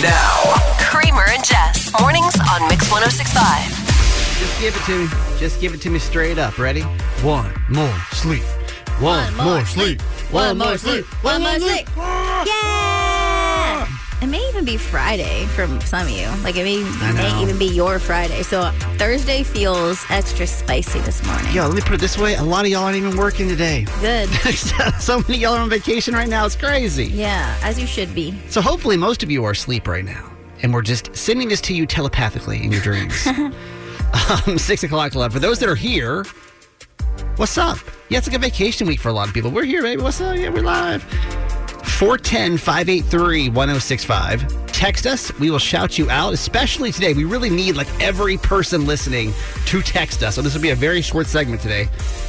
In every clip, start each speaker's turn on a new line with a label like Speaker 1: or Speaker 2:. Speaker 1: Now,
Speaker 2: Kramer and Jess. Mornings on Mix 1065.
Speaker 3: Just give it to me. Just give it to me straight up. Ready? One more sleep. One, more, sleep. One more sleep.
Speaker 4: One more sleep. Yeah. It may even be Friday from some of you. Like it may, it may even be your Friday. So Thursday feels extra spicy this morning.
Speaker 3: Yo, let me put it this way. A lot of y'all aren't even working today.
Speaker 4: Good.
Speaker 3: so many of y'all are on vacation right now. It's crazy.
Speaker 4: Yeah, as you should be.
Speaker 3: So hopefully most of you are asleep right now. And we're just sending this to you telepathically in your dreams. um, six o'clock love. For those that are here, what's up? Yeah, it's like a vacation week for a lot of people. We're here, baby. What's up? Yeah, we're live. 410-583-1065. Text us. We will shout you out, especially today. We really need like every person listening to text us. So this will be a very short segment today.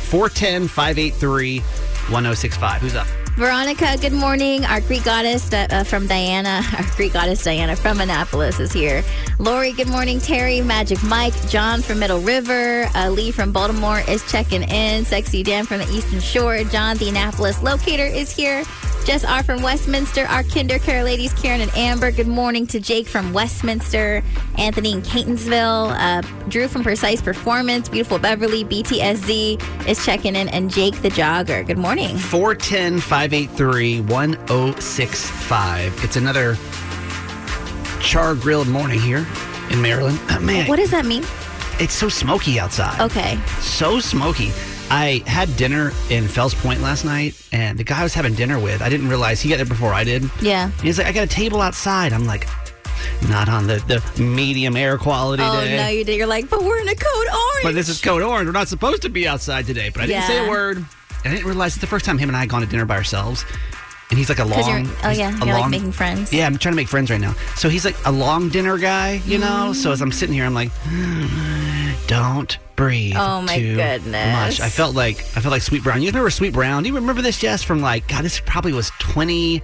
Speaker 3: 410-583-1065. Who's up?
Speaker 4: Veronica, good morning. Our Greek goddess uh, uh, from Diana, our Greek goddess Diana from Annapolis is here. Lori, good morning. Terry, Magic Mike, John from Middle River, uh, Lee from Baltimore is checking in. Sexy Dan from the Eastern Shore, John, the Annapolis locator, is here. Jess R from Westminster, our Kinder Care ladies, Karen and Amber. Good morning to Jake from Westminster, Anthony in Catonsville, uh, Drew from Precise Performance, beautiful Beverly, BTSZ is checking in, and Jake the Jogger. Good morning.
Speaker 3: 410 583 1065. It's another char grilled morning here in Maryland. Oh, man,
Speaker 4: What Oh. does that mean?
Speaker 3: it's so smoky outside.
Speaker 4: Okay.
Speaker 3: So smoky. I had dinner in Fells Point last night, and the guy I was having dinner with, I didn't realize he got there before I did.
Speaker 4: Yeah.
Speaker 3: And he's like, I got a table outside. I'm like, not on the, the medium air quality
Speaker 4: Oh
Speaker 3: day.
Speaker 4: no, you did. You're like, but we're in a code orange.
Speaker 3: But this is Code Orange. We're not supposed to be outside today. But I didn't say a
Speaker 4: Yeah.
Speaker 3: word. And I didn't realize it's the first time him and I had gone to dinner by ourselves. And he's like a
Speaker 4: because
Speaker 3: long.
Speaker 4: you're. Oh
Speaker 3: he's
Speaker 4: yeah,
Speaker 3: a
Speaker 4: you're like
Speaker 3: long-
Speaker 4: making friends.
Speaker 3: Yeah, I'm trying to make friends right now. So he's like a long dinner guy, you
Speaker 4: Mm.
Speaker 3: know. So as I'm sitting here, I'm like, don't breathe.
Speaker 4: Oh, my
Speaker 3: too
Speaker 4: goodness.
Speaker 3: Much. I felt like I felt like Sweet Brown. You remember Sweet Brown? Do you remember this, Jess? From like, God, this probably was 20.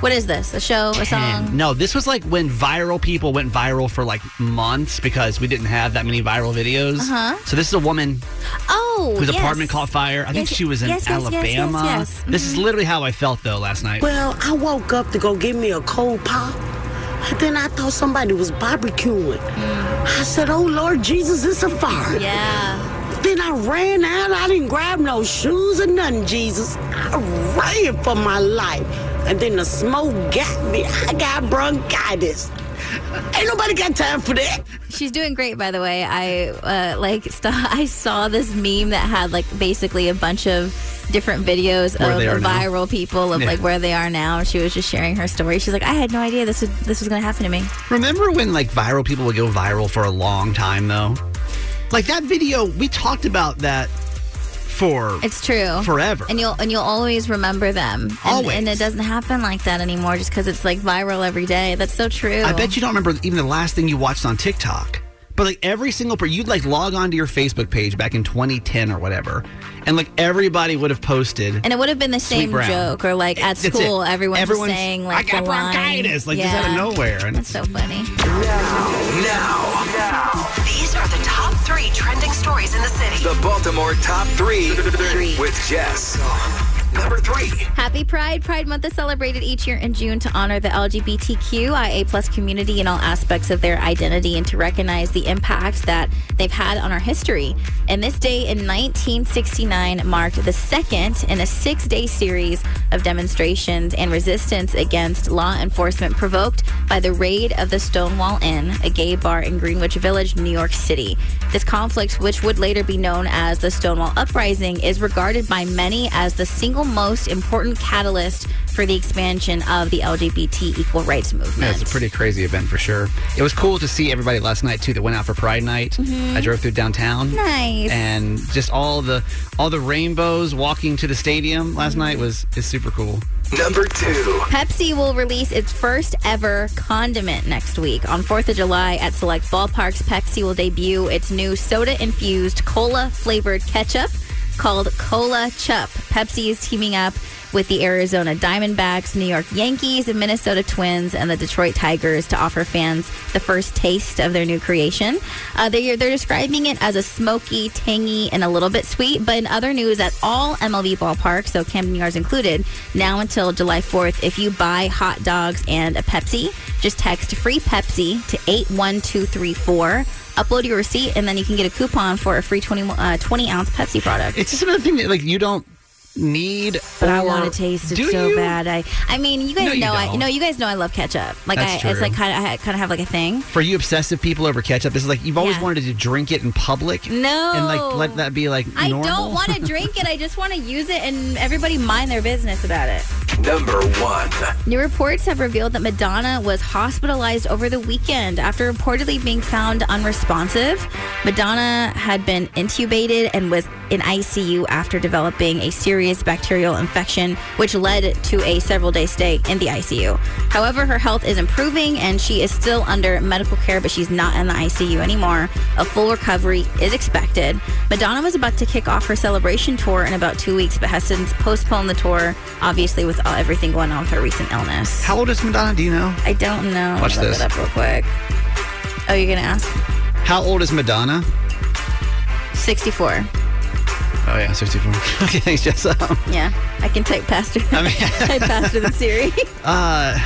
Speaker 4: What is this? A show? A song?
Speaker 3: No, this was like when viral people went viral for like months because we didn't have that many viral videos.
Speaker 4: Uh-huh.
Speaker 3: So this is a woman
Speaker 4: Oh,
Speaker 3: whose
Speaker 4: yes.
Speaker 3: apartment caught fire. I think
Speaker 4: Yes,
Speaker 3: she was in
Speaker 4: yes, yes, yes, yes,
Speaker 3: Alabama.
Speaker 4: yes. Mm-hmm.
Speaker 3: This is literally how I felt though last night.
Speaker 5: Well, I woke up to go get me a cold pop. And then I thought somebody was barbecuing. I said, Oh Lord Jesus, it's a fire.
Speaker 4: Hmm. Yeah.
Speaker 5: Then I ran out. I didn't grab no shoes or nothing, Jesus. I ran for my life. And then the smoke got me. I got bronchitis. Ain't nobody got time for that.
Speaker 4: She's doing great, by the way. I uh, like. St- I saw this meme that had like basically a bunch of different videos
Speaker 3: Where they are
Speaker 4: of
Speaker 3: now.
Speaker 4: viral people of
Speaker 3: Yeah.
Speaker 4: like where they are now. And She was just sharing her story. She's like, I had no idea this was this was going to happen to me.
Speaker 3: Remember when like viral people would go viral for a long time though? Like that video, we talked about that for
Speaker 4: It's true.
Speaker 3: Forever.
Speaker 4: And you'll and you'll always remember them. And,
Speaker 3: Always.
Speaker 4: And it doesn't happen like that anymore just because it's like viral every day. That's so true.
Speaker 3: I bet you don't remember even the last thing you watched on TikTok. But like every single per you'd like log onto your Facebook page back in 2010 or whatever, and like everybody would have posted
Speaker 4: And it would have been the same
Speaker 3: Brown.
Speaker 4: joke or like at
Speaker 3: That's it.
Speaker 4: school everyone's, just
Speaker 3: Everyone's,
Speaker 4: saying like
Speaker 3: I got
Speaker 4: the line.
Speaker 3: bronchitis, like just out
Speaker 4: Yeah.
Speaker 3: of nowhere. And
Speaker 4: That's so funny.
Speaker 1: now, now.
Speaker 2: These are the top three trending stories in the city.
Speaker 1: The Baltimore top three with Jess. Number three.
Speaker 4: Happy Pride. Pride Month is celebrated each year in June to honor the LGBTQIA plus community and all aspects of their identity and to recognize the impact that they've had on our history. And this day in 1969 marked the second in a six day series of demonstrations and resistance against law enforcement provoked by the raid of the Stonewall Inn, a gay bar in Greenwich Village, New York City. This conflict, which would later be known as the Stonewall Uprising, is regarded by many as the single most important catalyst for the expansion of the LGBT equal rights movement.
Speaker 3: Yeah, it's a pretty crazy event for sure. It was cool to see everybody last night too that went out for Pride Night. I drove through downtown.
Speaker 4: Mm-hmm. Nice.
Speaker 3: And just all the all the rainbows walking to the stadium last night was is super cool.
Speaker 1: Number two.
Speaker 4: Pepsi will release its first ever condiment next week. On 4th of July at select ballparks, Pepsi will debut its new soda infused cola flavored ketchup called Cola Chup. Pepsi is teaming up with the Arizona Diamondbacks, New York Yankees, and Minnesota Twins, and the Detroit Tigers to offer fans the first taste of their new creation. Uh, they, they're describing it as a smoky, tangy, and a little bit sweet. But in other news, at all MLB ballparks, so Camden Yards included, now until July 4th, if you buy hot dogs and a Pepsi, just text free Pepsi to 81234. Upload your receipt, and then you can get a coupon for a free 20, uh, 20 ounce Pepsi product.
Speaker 3: It's just another thing that like you don't need.
Speaker 4: But I
Speaker 3: or-
Speaker 4: want to taste it
Speaker 3: Do
Speaker 4: so
Speaker 3: you?
Speaker 4: bad. I, I mean, you guys
Speaker 3: No, you
Speaker 4: know. I
Speaker 3: don't.
Speaker 4: no, you guys know. I love ketchup. Like
Speaker 3: That's
Speaker 4: I, it's
Speaker 3: true.
Speaker 4: like kind of, I kind of have like a thing.
Speaker 3: For you obsessive people over ketchup, this is like you've always
Speaker 4: Yeah.
Speaker 3: wanted to drink it in public.
Speaker 4: No.
Speaker 3: And like let that be like
Speaker 4: I
Speaker 3: normal.
Speaker 4: don't want to drink it. I just want to use it, and everybody mind their business about it.
Speaker 1: Number one.
Speaker 4: New reports have revealed that Madonna was hospitalized over the weekend after reportedly being found unresponsive. Madonna had been intubated and was in ICU after developing a serious bacterial infection, which led to a several day stay in the ICU. However, her health is improving and she is still under medical care, but she's not in the ICU anymore. A full recovery is expected. Madonna was about to kick off her celebration tour in about two weeks, but has since postponed the tour, obviously, with all, everything going on with her recent illness.
Speaker 3: How old is Madonna? Do you know?
Speaker 4: I don't know.
Speaker 3: Watch
Speaker 4: Look
Speaker 3: this.
Speaker 4: it up real quick. Oh, you're going to ask?
Speaker 3: How old is Madonna?
Speaker 4: 64.
Speaker 3: Oh yeah, sixty-four. okay, thanks, Jess. Um,
Speaker 4: Yeah. I can type faster. I
Speaker 3: mean-
Speaker 4: type faster than Siri.
Speaker 3: Uh,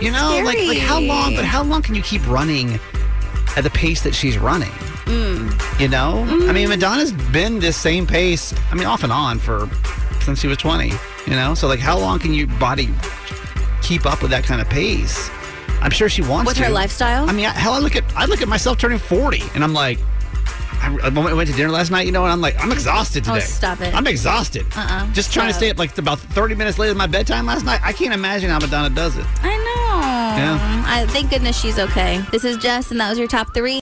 Speaker 3: you know, like like how long?
Speaker 4: scary.
Speaker 3: But how long can you keep running at the pace that she's running?
Speaker 4: Hmm.
Speaker 3: You know, I
Speaker 4: Mm.
Speaker 3: mean, Madonna's been this same pace. I mean, off and on for since she was twenty. You know, so like how long can your body keep up with that kind of pace? I'm sure she wants
Speaker 4: With
Speaker 3: to.
Speaker 4: her lifestyle?
Speaker 3: I mean, I- hell, I look at I look at myself turning forty, and I'm like. I I went I went to dinner last night, you know, and I'm like, I'm exhausted
Speaker 4: Oh,
Speaker 3: today.
Speaker 4: stop it.
Speaker 3: I'm exhausted.
Speaker 4: Uh-uh.
Speaker 3: Just trying to
Speaker 4: Stop.
Speaker 3: stay up like about 30 minutes later than my bedtime last night. I can't imagine how Madonna does it.
Speaker 4: I know.
Speaker 3: Yeah.
Speaker 4: I thank goodness she's okay. This is Jess, and that was your top three.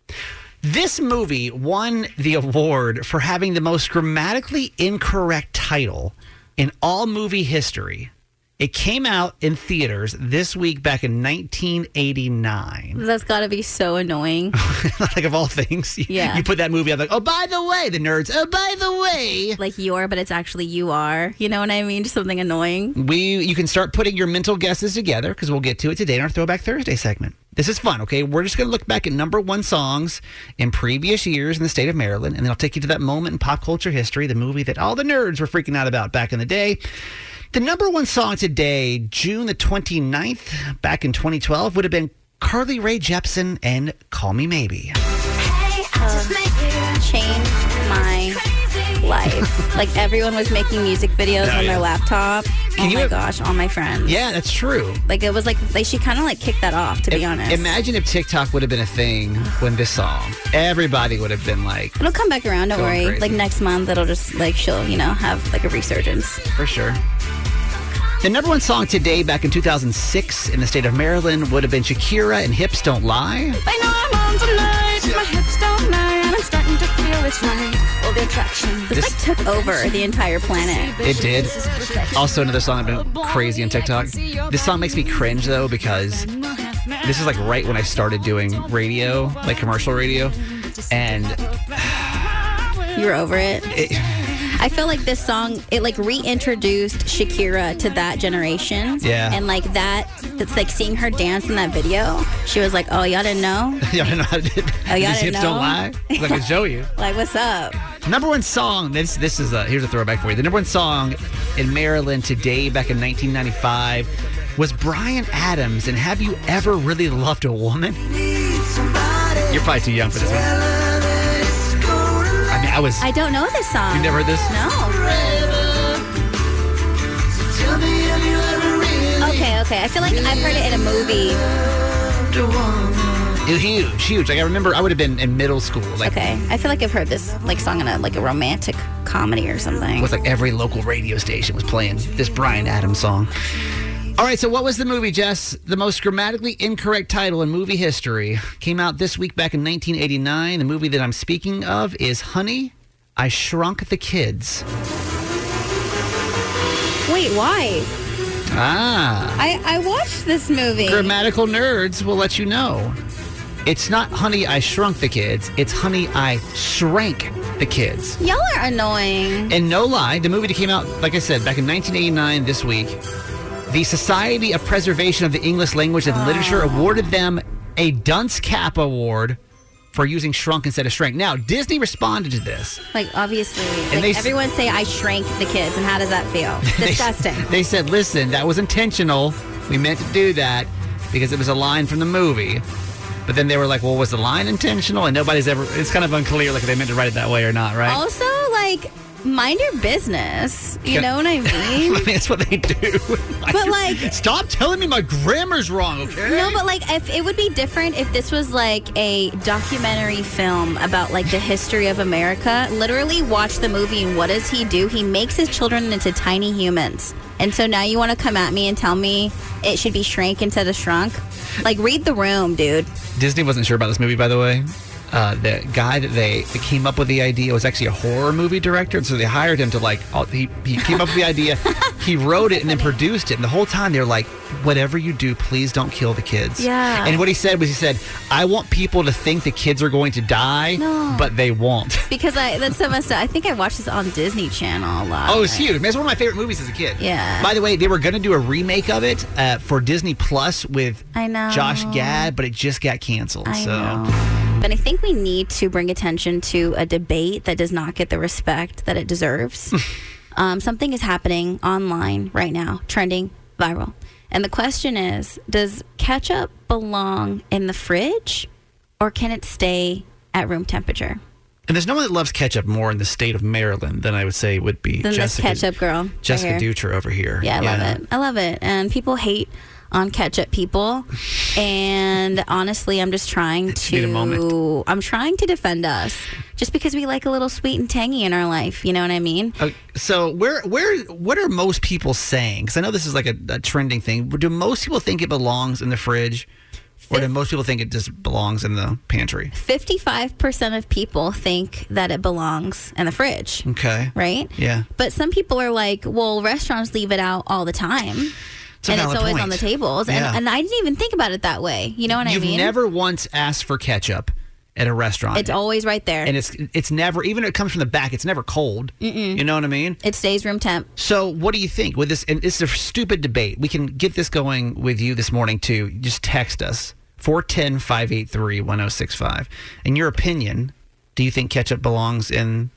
Speaker 3: This movie won the award for having the most grammatically incorrect title in all movie history. It came out in theaters this week back in 1989.
Speaker 4: That's got to be so annoying.
Speaker 3: like, of all things, you,
Speaker 4: Yeah.
Speaker 3: you put that movie out, like, oh, by the way, the nerds, oh, by the way.
Speaker 4: like you're, but it's actually you are. You know what I mean? Just something annoying.
Speaker 3: We you can start putting your mental guesses together because we'll get to it today in our Throwback Thursday segment. This is fun, okay? We're just going to look back at number one songs in previous years in the state of Maryland, and then I'll take you to that moment in pop culture history, the movie that all the nerds were freaking out about back in the day. The number one song today, June the 29th, back in 2012, would have been Carly Rae Jepsen and Call Me Maybe.
Speaker 4: Um, Changed my life. like everyone was making music videos
Speaker 3: Oh,
Speaker 4: on
Speaker 3: yeah.
Speaker 4: their laptop. oh
Speaker 3: you
Speaker 4: my
Speaker 3: im-
Speaker 4: gosh, all my friends.
Speaker 3: Yeah, that's true.
Speaker 4: Like it was like like she kind of like kicked that off. To be honest,
Speaker 3: Imagine if TikTok would have been a thing when this song. Everybody would have been like,
Speaker 4: it'll come back around. Don't
Speaker 3: Going
Speaker 4: worry.
Speaker 3: crazy.
Speaker 4: Like next month, it'll just like she'll you know have like a resurgence.
Speaker 3: For sure. The number one song today back in 2006 in the state of Maryland would have been Shakira and Hips Don't Lie.
Speaker 6: I know I'm on tonight. My hips don't lie, and I'm starting to feel it's right. All the attraction.
Speaker 4: This,
Speaker 3: This-
Speaker 4: like took over the entire planet.
Speaker 3: It did. Also, another song I've been crazy on TikTok. This song makes me cringe though because this is like right when I started doing radio, like commercial radio. And
Speaker 4: Oh, You're over it.
Speaker 3: it,
Speaker 4: I feel like this song it like reintroduced Shakira to that generation.
Speaker 3: Yeah.
Speaker 4: And like that, it's like seeing her dance in that video. She was like, "Oh, y'all didn't know?
Speaker 3: y'all know how to do
Speaker 4: Oh, y'all didn't
Speaker 3: These hips don't
Speaker 4: know?
Speaker 3: lie. It's like I can show you.
Speaker 4: Like, what's up?"
Speaker 3: Number one song. This this is a here's a throwback for you. The number one song in Maryland today, back in 1995, was Brian Adams and Have You Ever Really Loved a Woman? You're probably too young for this one. I mean, I was.
Speaker 4: I don't know this song.
Speaker 3: you never heard this?
Speaker 4: No. Okay, okay. I feel like I've heard it in a movie.
Speaker 3: It was huge, huge. Like I remember, I would have been in middle school. Like
Speaker 4: Okay, I feel like I've heard this like song in a like a romantic comedy or
Speaker 3: it
Speaker 4: something.
Speaker 3: was like every local radio station was playing this Brian Adams song. All right, so what was the movie, Jess? The most grammatically incorrect title in movie history came out this week back in 1989. The movie that I'm speaking of is Honey, I Shrunk the Kids.
Speaker 4: Wait, why?
Speaker 3: Ah,
Speaker 4: I I watched this movie.
Speaker 3: grammatical nerds will let you know. It's not Honey, I Shrunk the Kids, it's Honey, I Shrank the kids.
Speaker 4: Y'all are annoying.
Speaker 3: And no lie, the movie that came out, like I said, back in 1989 this week, the Society of Preservation of the English Language and Literature
Speaker 4: Ah.
Speaker 3: awarded them a Dunce Cap Award for using shrunk instead of shrank. Now, Disney responded to this.
Speaker 4: Like obviously, like,
Speaker 3: they s-
Speaker 4: everyone say I shrank the kids, and how does that feel?
Speaker 3: They-
Speaker 4: Disgusting.
Speaker 3: They said, listen, that was intentional. We meant to do that because it was a line from the movie. But then they were like, well, was the line intentional? And nobody's ever, it's kind of unclear like if they meant to write it that way or not, right?
Speaker 4: also, like mind your business. You
Speaker 3: Yeah.
Speaker 4: know what I mean?
Speaker 3: I mean, that's what they do.
Speaker 4: But, like-
Speaker 3: stop telling me my grammar's wrong, okay?
Speaker 4: No, but like if it would be different if this was like a documentary film about like the history of America. Literally watch the movie and what does he do? He makes his children into tiny humans. And so now you want to come at me and tell me it should be shrank instead of shrunk? Like read the room, dude.
Speaker 3: Disney wasn't sure about this movie, by the way. Uh, the guy that they that came up with the idea was actually a horror movie director, and so they hired him to like. All, he he came up with the idea, he wrote it, and then produced it. And the whole time they're like, "Whatever you do, please don't kill the kids."
Speaker 4: Yeah.
Speaker 3: And what he said was, he said, "I want people to think the kids are going to die,
Speaker 4: No.
Speaker 3: but they won't."
Speaker 4: Because I that's so messed up. I think I watched this on Disney Channel a lot.
Speaker 3: Oh, it's huge. It's one of my favorite movies as a kid.
Speaker 4: Yeah.
Speaker 3: By the way, they were going to do a remake of it uh, for Disney Plus with
Speaker 4: I know.
Speaker 3: Josh Gad, but it just got canceled.
Speaker 4: I
Speaker 3: so
Speaker 4: know. But I think we need to bring attention to a debate that does not get the respect that it deserves.
Speaker 3: Hmm.
Speaker 4: um, something is happening online right now, trending viral. And the question is Does ketchup belong in the fridge or can it stay at room temperature?
Speaker 3: And there's no one that loves ketchup more in the state of Maryland than I would say would be
Speaker 4: Than this
Speaker 3: Jessica,
Speaker 4: ketchup girl right
Speaker 3: Jessica
Speaker 4: here.
Speaker 3: Dutra over here.
Speaker 4: Yeah, I love it. I love it. And people hate on ketchup people. And honestly, I'm just trying
Speaker 3: need a
Speaker 4: to.
Speaker 3: moment.
Speaker 4: I'm trying to defend us, just because we like a little sweet and tangy in our life. You know what I mean?
Speaker 3: Uh, so where where what are most people saying? Because I know this is like a, a trending thing. Do most people think it belongs in the fridge, or do most people think it just belongs in the pantry?
Speaker 4: Fifty-five percent of people think that it belongs in the fridge.
Speaker 3: Okay,
Speaker 4: Right?
Speaker 3: Yeah.
Speaker 4: But some people are like, well, restaurants leave it out all the time.
Speaker 3: a
Speaker 4: and it's
Speaker 3: valid
Speaker 4: always
Speaker 3: point.
Speaker 4: on the tables.
Speaker 3: Yeah.
Speaker 4: And, and I didn't even think about it that way. You know what
Speaker 3: You've
Speaker 4: I mean?
Speaker 3: never once asked for ketchup at a restaurant.
Speaker 4: it's always right there.
Speaker 3: and it's it's never even if it comes from the back. It's never cold. You know what I mean?
Speaker 4: it stays room temp.
Speaker 3: So, what do you think with this? And this is a stupid debate. We can get this going with you this morning, too. Just text us 410 583 1065. And your opinion do you think ketchup belongs in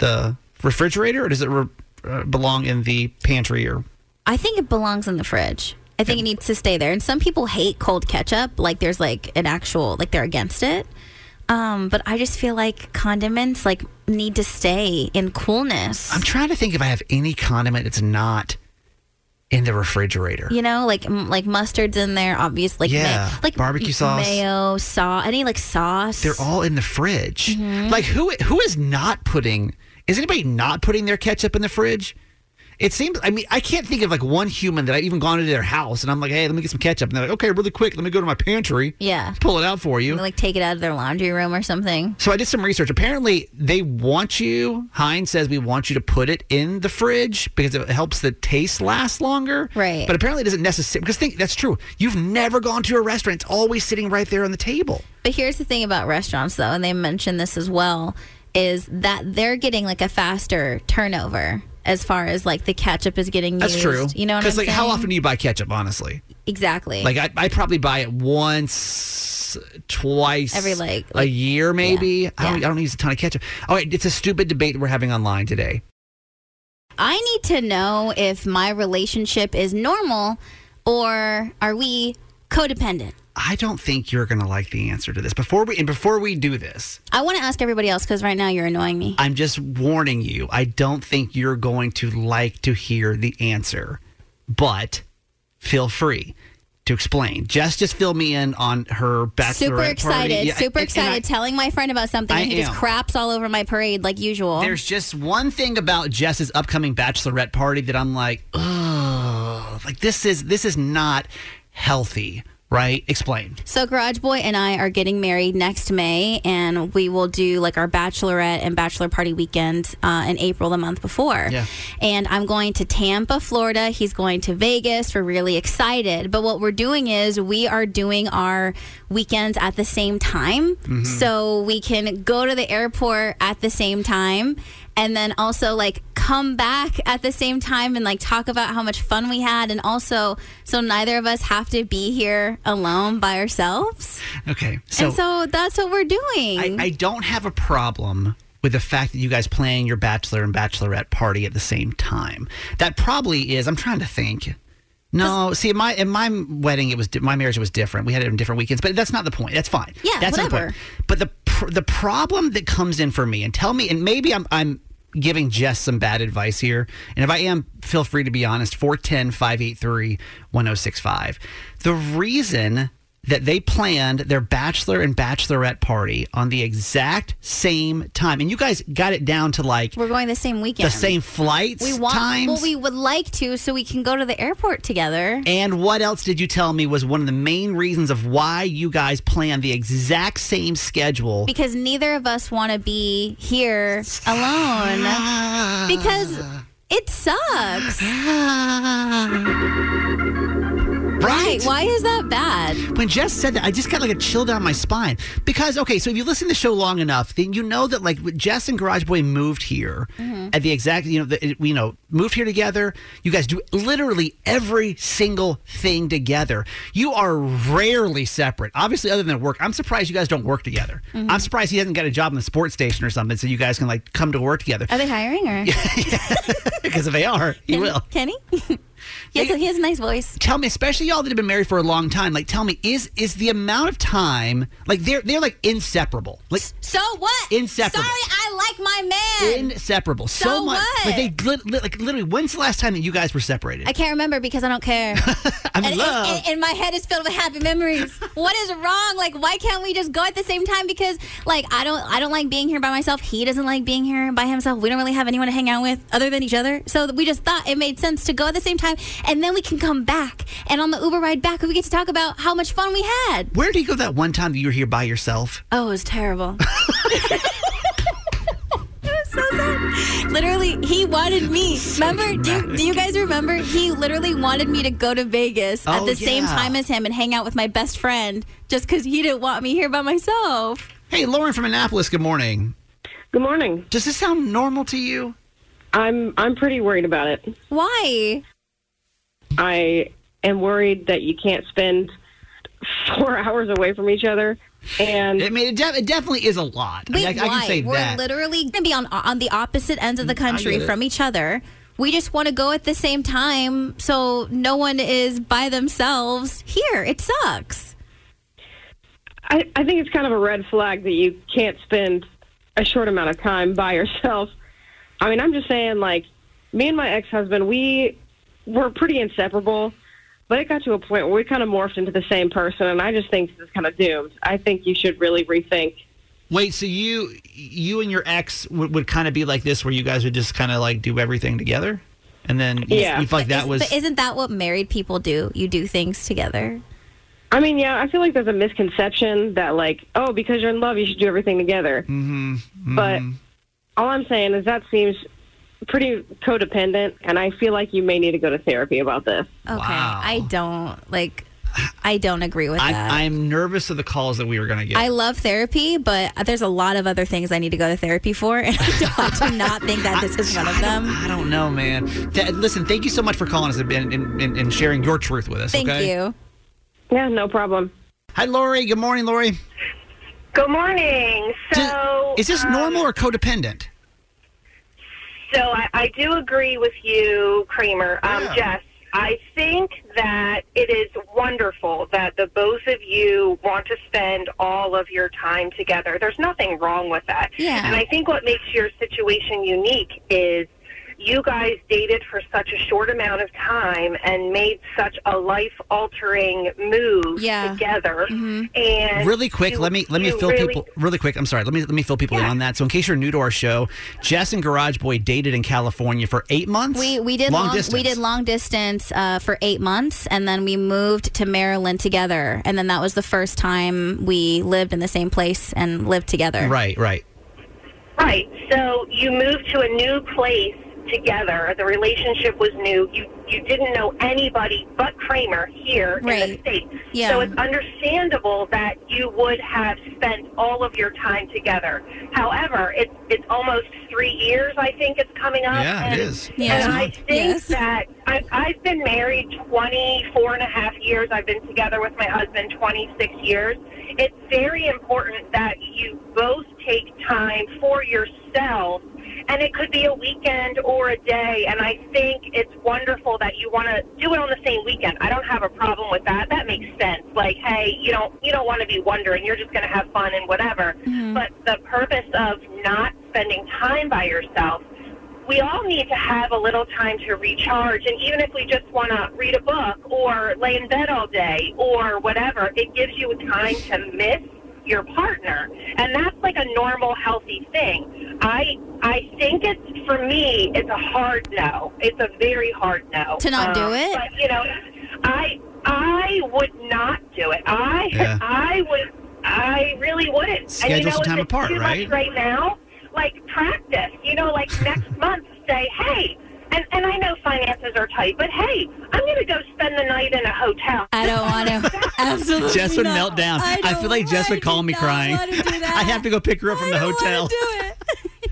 Speaker 3: the refrigerator or does it re- uh, belong in the pantry? Or
Speaker 4: I think it belongs in the fridge. I think it needs to stay there. And some people hate cold ketchup. Like there's like an actual like they're against it. Um, but I just feel like condiments like need to stay in coolness.
Speaker 3: I'm trying to think if I have any condiment that's not in the refrigerator.
Speaker 4: you know, like m- like mustards in there, obviously. Like
Speaker 3: Yeah,
Speaker 4: like
Speaker 3: barbecue
Speaker 4: m-
Speaker 3: sauce.
Speaker 4: mayo sauce, any like sauce.
Speaker 3: They're all in the fridge.
Speaker 4: Mm-hmm.
Speaker 3: Like who who is not putting is anybody not putting their ketchup in the fridge? It seems I mean I can't think of like one human that I've even gone into their house and I'm like, "Hey, let me get some ketchup." And they're like, "Okay, really quick, let me go to my pantry."
Speaker 4: Yeah.
Speaker 3: Pull it out for you.
Speaker 4: They, like take it out of their laundry room or something.
Speaker 3: so I did some research. Apparently, they want you. Heinz says we want you to put it in the fridge because it helps the taste last longer.
Speaker 4: Right.
Speaker 3: But apparently, it doesn't necessarily because think that's true. You've never gone to a restaurant; it's always sitting right there on the table.
Speaker 4: But here's the thing about restaurants, though, and they mentioned this as well, is that they're getting like a faster turnover as far as like the ketchup is getting
Speaker 3: That's
Speaker 4: used.
Speaker 3: true.
Speaker 4: You know what I'm
Speaker 3: Because
Speaker 4: saying?
Speaker 3: like, how often do you buy ketchup? Honestly,
Speaker 4: Exactly.
Speaker 3: Like I, I probably buy it once, twice
Speaker 4: Every, like-
Speaker 3: a year, maybe. I don't.
Speaker 4: Yeah.
Speaker 3: I don't use a ton of ketchup. All right, it's a stupid debate we're having online today.
Speaker 4: I need to know if my relationship is normal or are we codependent?
Speaker 3: I don't think you're going to like the answer to this. Before we and before we do this,
Speaker 4: I want to ask everybody else because right now you're annoying me.
Speaker 3: I'm just warning you. I don't think you're going to like to hear the answer, but feel free to explain. Jess just fill me in on her bachelorette
Speaker 4: Super
Speaker 3: party.
Speaker 4: excited,
Speaker 3: Yeah,
Speaker 4: super
Speaker 3: and- and I-
Speaker 4: excited, telling my friend about something,
Speaker 3: I
Speaker 4: and he
Speaker 3: am.
Speaker 4: just craps all over my parade like usual.
Speaker 3: There's just one thing about Jess's upcoming bachelorette party that I'm like, oh, like this is this is not healthy right? Explain.
Speaker 4: So Garage Boy and I are getting married next May, and we will do like our bachelorette and bachelor party weekend uh, in April the month before.
Speaker 3: Yeah.
Speaker 4: And I'm going to Tampa, Florida. He's going to Vegas. We're really excited. But what we're doing is we are doing our weekends at the same time, so we can go to the airport at the same time, and then also like come back at the same time and like talk about how much fun we had and also so neither of us have to be here alone by ourselves
Speaker 3: Okay. So,
Speaker 4: and so that's what we're
Speaker 3: I,
Speaker 4: doing
Speaker 3: I don't have a problem with the fact that you guys plan your bachelor and bachelorette party at the same time. That probably is. I'm trying to think. No, see, in my in my wedding, it was di- my marriage was different. We had it on different weekends, but that's not the point. That's fine.
Speaker 4: Yeah,
Speaker 3: that's not the
Speaker 4: whatever.
Speaker 3: point. But the pr- the problem that comes in for me, and tell me, and maybe I'm I'm giving Jess some bad advice here, and if I am, feel free to be honest. 410-583-1065. The reason that they planned their bachelor and bachelorette party on the exact same time, and you guys got it down to like
Speaker 4: we're going the same weekend
Speaker 3: the same flights
Speaker 4: we want
Speaker 3: times.
Speaker 4: well we would like to so we can go to the airport together
Speaker 3: And what else did you tell me was one of the main reasons of why you guys planned the exact same schedule?
Speaker 4: because neither of us want to be here alone
Speaker 3: Ah.
Speaker 4: because it sucks
Speaker 3: right?
Speaker 4: right why is that bad
Speaker 3: When Jess said that, I just got like a chill down my spine. Because, okay, so if you listen to the show long enough, then you know that like when Jess and Garage Boy moved here
Speaker 4: Mm-hmm.
Speaker 3: at the exact, you know, the, it- you know, moved here together. You guys do literally every single thing together. You are rarely separate. Obviously, other than work, I'm surprised you guys don't work together.
Speaker 4: Mm-hmm.
Speaker 3: I'm surprised he hasn't got a job in the sports station or something so you guys can like come to work together.
Speaker 4: are they hiring or
Speaker 3: Because if they are, he will.
Speaker 4: Kenny? he, has a, he has a nice voice.
Speaker 3: tell me, especially y'all that have been married for a long time, like tell me, is is the amount of time like they're they're like inseparable, like
Speaker 4: So what?
Speaker 3: Inseparable.
Speaker 4: Sorry, I like my man.
Speaker 3: inseparable. So,
Speaker 4: So
Speaker 3: much,
Speaker 4: what?
Speaker 3: like they li- li- like literally. When's the last time that you guys were separated?
Speaker 4: I can't remember because I don't care.
Speaker 3: I'm
Speaker 4: and,
Speaker 3: in love.
Speaker 4: and- and my head is filled with happy memories. what is wrong? Like, why can't we just go at the same time? Because, like, I don't, I don't like being here by myself. He doesn't like being here by himself. We don't really have anyone to hang out with other than each other. So we just thought it made sense to go at the same time, and then we can come back. And on the Uber ride back, we get to talk about how much fun we had.
Speaker 3: Where did you go that one time that you were here by yourself?
Speaker 4: Oh, it was terrible. it was so sad. Literally, he wanted me. remember? Do you, do you guys remember? He literally wanted me to go to Vegas at
Speaker 3: Oh,
Speaker 4: the same
Speaker 3: yeah.
Speaker 4: time as him and hang out with my best friend, just because he didn't want me here by myself.
Speaker 3: Hey, Lauren from Annapolis. Good morning.
Speaker 7: Good morning.
Speaker 3: Does this sound normal to you?
Speaker 7: I'm I'm pretty worried about it.
Speaker 4: Why?
Speaker 7: I am worried that you can't spend four hours away from each other.
Speaker 3: I
Speaker 7: And
Speaker 3: mean, it, de- it definitely is a lot.
Speaker 4: Wait,
Speaker 3: I mean, I, I
Speaker 4: why?
Speaker 3: can say
Speaker 4: We're
Speaker 3: that. Mm,
Speaker 4: literally gonna be on on the opposite ends of the country
Speaker 3: get it.
Speaker 4: from each other. We just want to go at the same time, so no one is by themselves here. It sucks.
Speaker 7: I, I think it's kind of a red flag that you can't spend a short amount of time by yourself. I mean, I'm just saying, like, me and my ex husband, we were pretty inseparable, but it got to a point where we kind of morphed into the same person, and I just think this is kind of doomed. I think you should really rethink
Speaker 3: Wait, so you you and your ex would, would kind of be like this, where you guys would just kind of like do everything together, and then you-
Speaker 7: Yeah.
Speaker 3: you feel like
Speaker 4: But
Speaker 3: that
Speaker 4: is-
Speaker 3: was
Speaker 4: But isn't that what married people do? You do things together.
Speaker 7: I mean, yeah, I feel like there's a misconception that like, oh, because you're in love, you should do everything together.
Speaker 3: Mm-hmm.
Speaker 7: But all I'm saying is that seems pretty codependent, and I feel like you may need to go to therapy about this.
Speaker 4: Okay,
Speaker 3: Wow.
Speaker 4: I don't like. I don't agree with that.
Speaker 3: I, I'm nervous of the calls that we were going to get.
Speaker 4: I love therapy, but there's a lot of other things I need to go to therapy for, and I, don't, I do not think that this is one of them.
Speaker 3: I don't know, man. Th- listen, thank you so much for calling us and, and, and, and sharing your truth with us.
Speaker 4: Thank
Speaker 3: okay?
Speaker 4: you.
Speaker 7: Yeah, no problem.
Speaker 3: Hi, Lori. Good morning, Lori. Good morning. So, is this normal
Speaker 8: um,
Speaker 3: or codependent?
Speaker 8: So I, I do agree with you, Kramer. Um,
Speaker 3: Yeah.
Speaker 8: Jess, I think that it is wonderful that the both of you want to spend all of your time together. There's nothing wrong with that.
Speaker 4: Yeah.
Speaker 8: And I think what makes your situation unique is you guys dated for such a short amount of time and made such a life altering move
Speaker 4: Yeah. Mm-hmm.
Speaker 8: together. And
Speaker 3: really quick
Speaker 8: you-
Speaker 3: let me let me
Speaker 8: you
Speaker 3: fill
Speaker 8: really-
Speaker 3: people really quick i'm sorry let me let me fill people in on that so in case you're new to our show jess and garage boy dated in california for eight months
Speaker 4: We we did
Speaker 3: long,
Speaker 4: long,
Speaker 3: distance
Speaker 4: we did long distance uh, for eight months, and then we moved to Maryland together, and then that was the first time we lived in the same place and lived together.
Speaker 3: right right
Speaker 8: Right. So you moved to a new place together. The relationship was new. You you didn't know anybody but Kramer here in
Speaker 4: Right.
Speaker 8: the states.
Speaker 4: Yeah.
Speaker 8: So it's understandable that you would have spent all of your time together. However, it's it's almost three years. I think it's coming up.
Speaker 3: Yeah, it
Speaker 8: and,
Speaker 3: is.
Speaker 4: Yeah.
Speaker 8: And I think
Speaker 4: Yes.
Speaker 8: that I, I've been married 24 and a half years. I've been together with my husband 26 years. It's very important that you both take time for yourself, and it could be a weekend or a day. And I think it's wonderful that you want to do it on the same weekend. I don't have a problem with that. That makes sense. Like, hey, you don't you don't want to be wondering. You're just going to have fun and whatever. But the purpose of not spending time by yourself we all need to have a little time to recharge. And even if we just want to read a book or lay in bed all day or whatever, it gives you time to miss your partner. And that's like a normal, healthy thing. I I think it's for me, it's a hard no. It's a very hard no Um,
Speaker 4: To not do it?
Speaker 8: But you know, I I would not do it. I
Speaker 3: Yeah.
Speaker 8: I would. I really wouldn't.
Speaker 3: Schedule
Speaker 8: and you know,
Speaker 3: some time
Speaker 8: if it's
Speaker 3: apart,
Speaker 8: too
Speaker 3: right?
Speaker 8: Much right now, like practice. You know, like next month, say, hey, and, and I know finances are tight, but hey, I'm going to go spend the night in a hotel.
Speaker 4: I don't want to. Absolutely.
Speaker 3: jess would
Speaker 4: not.
Speaker 3: melt down i,
Speaker 4: don't-
Speaker 3: feel like jess
Speaker 4: I
Speaker 3: would call
Speaker 4: do
Speaker 3: me
Speaker 4: not
Speaker 3: crying
Speaker 4: want to do that.
Speaker 3: i'd have to go pick her up from the
Speaker 4: I don't wanna
Speaker 3: hotel
Speaker 4: do it.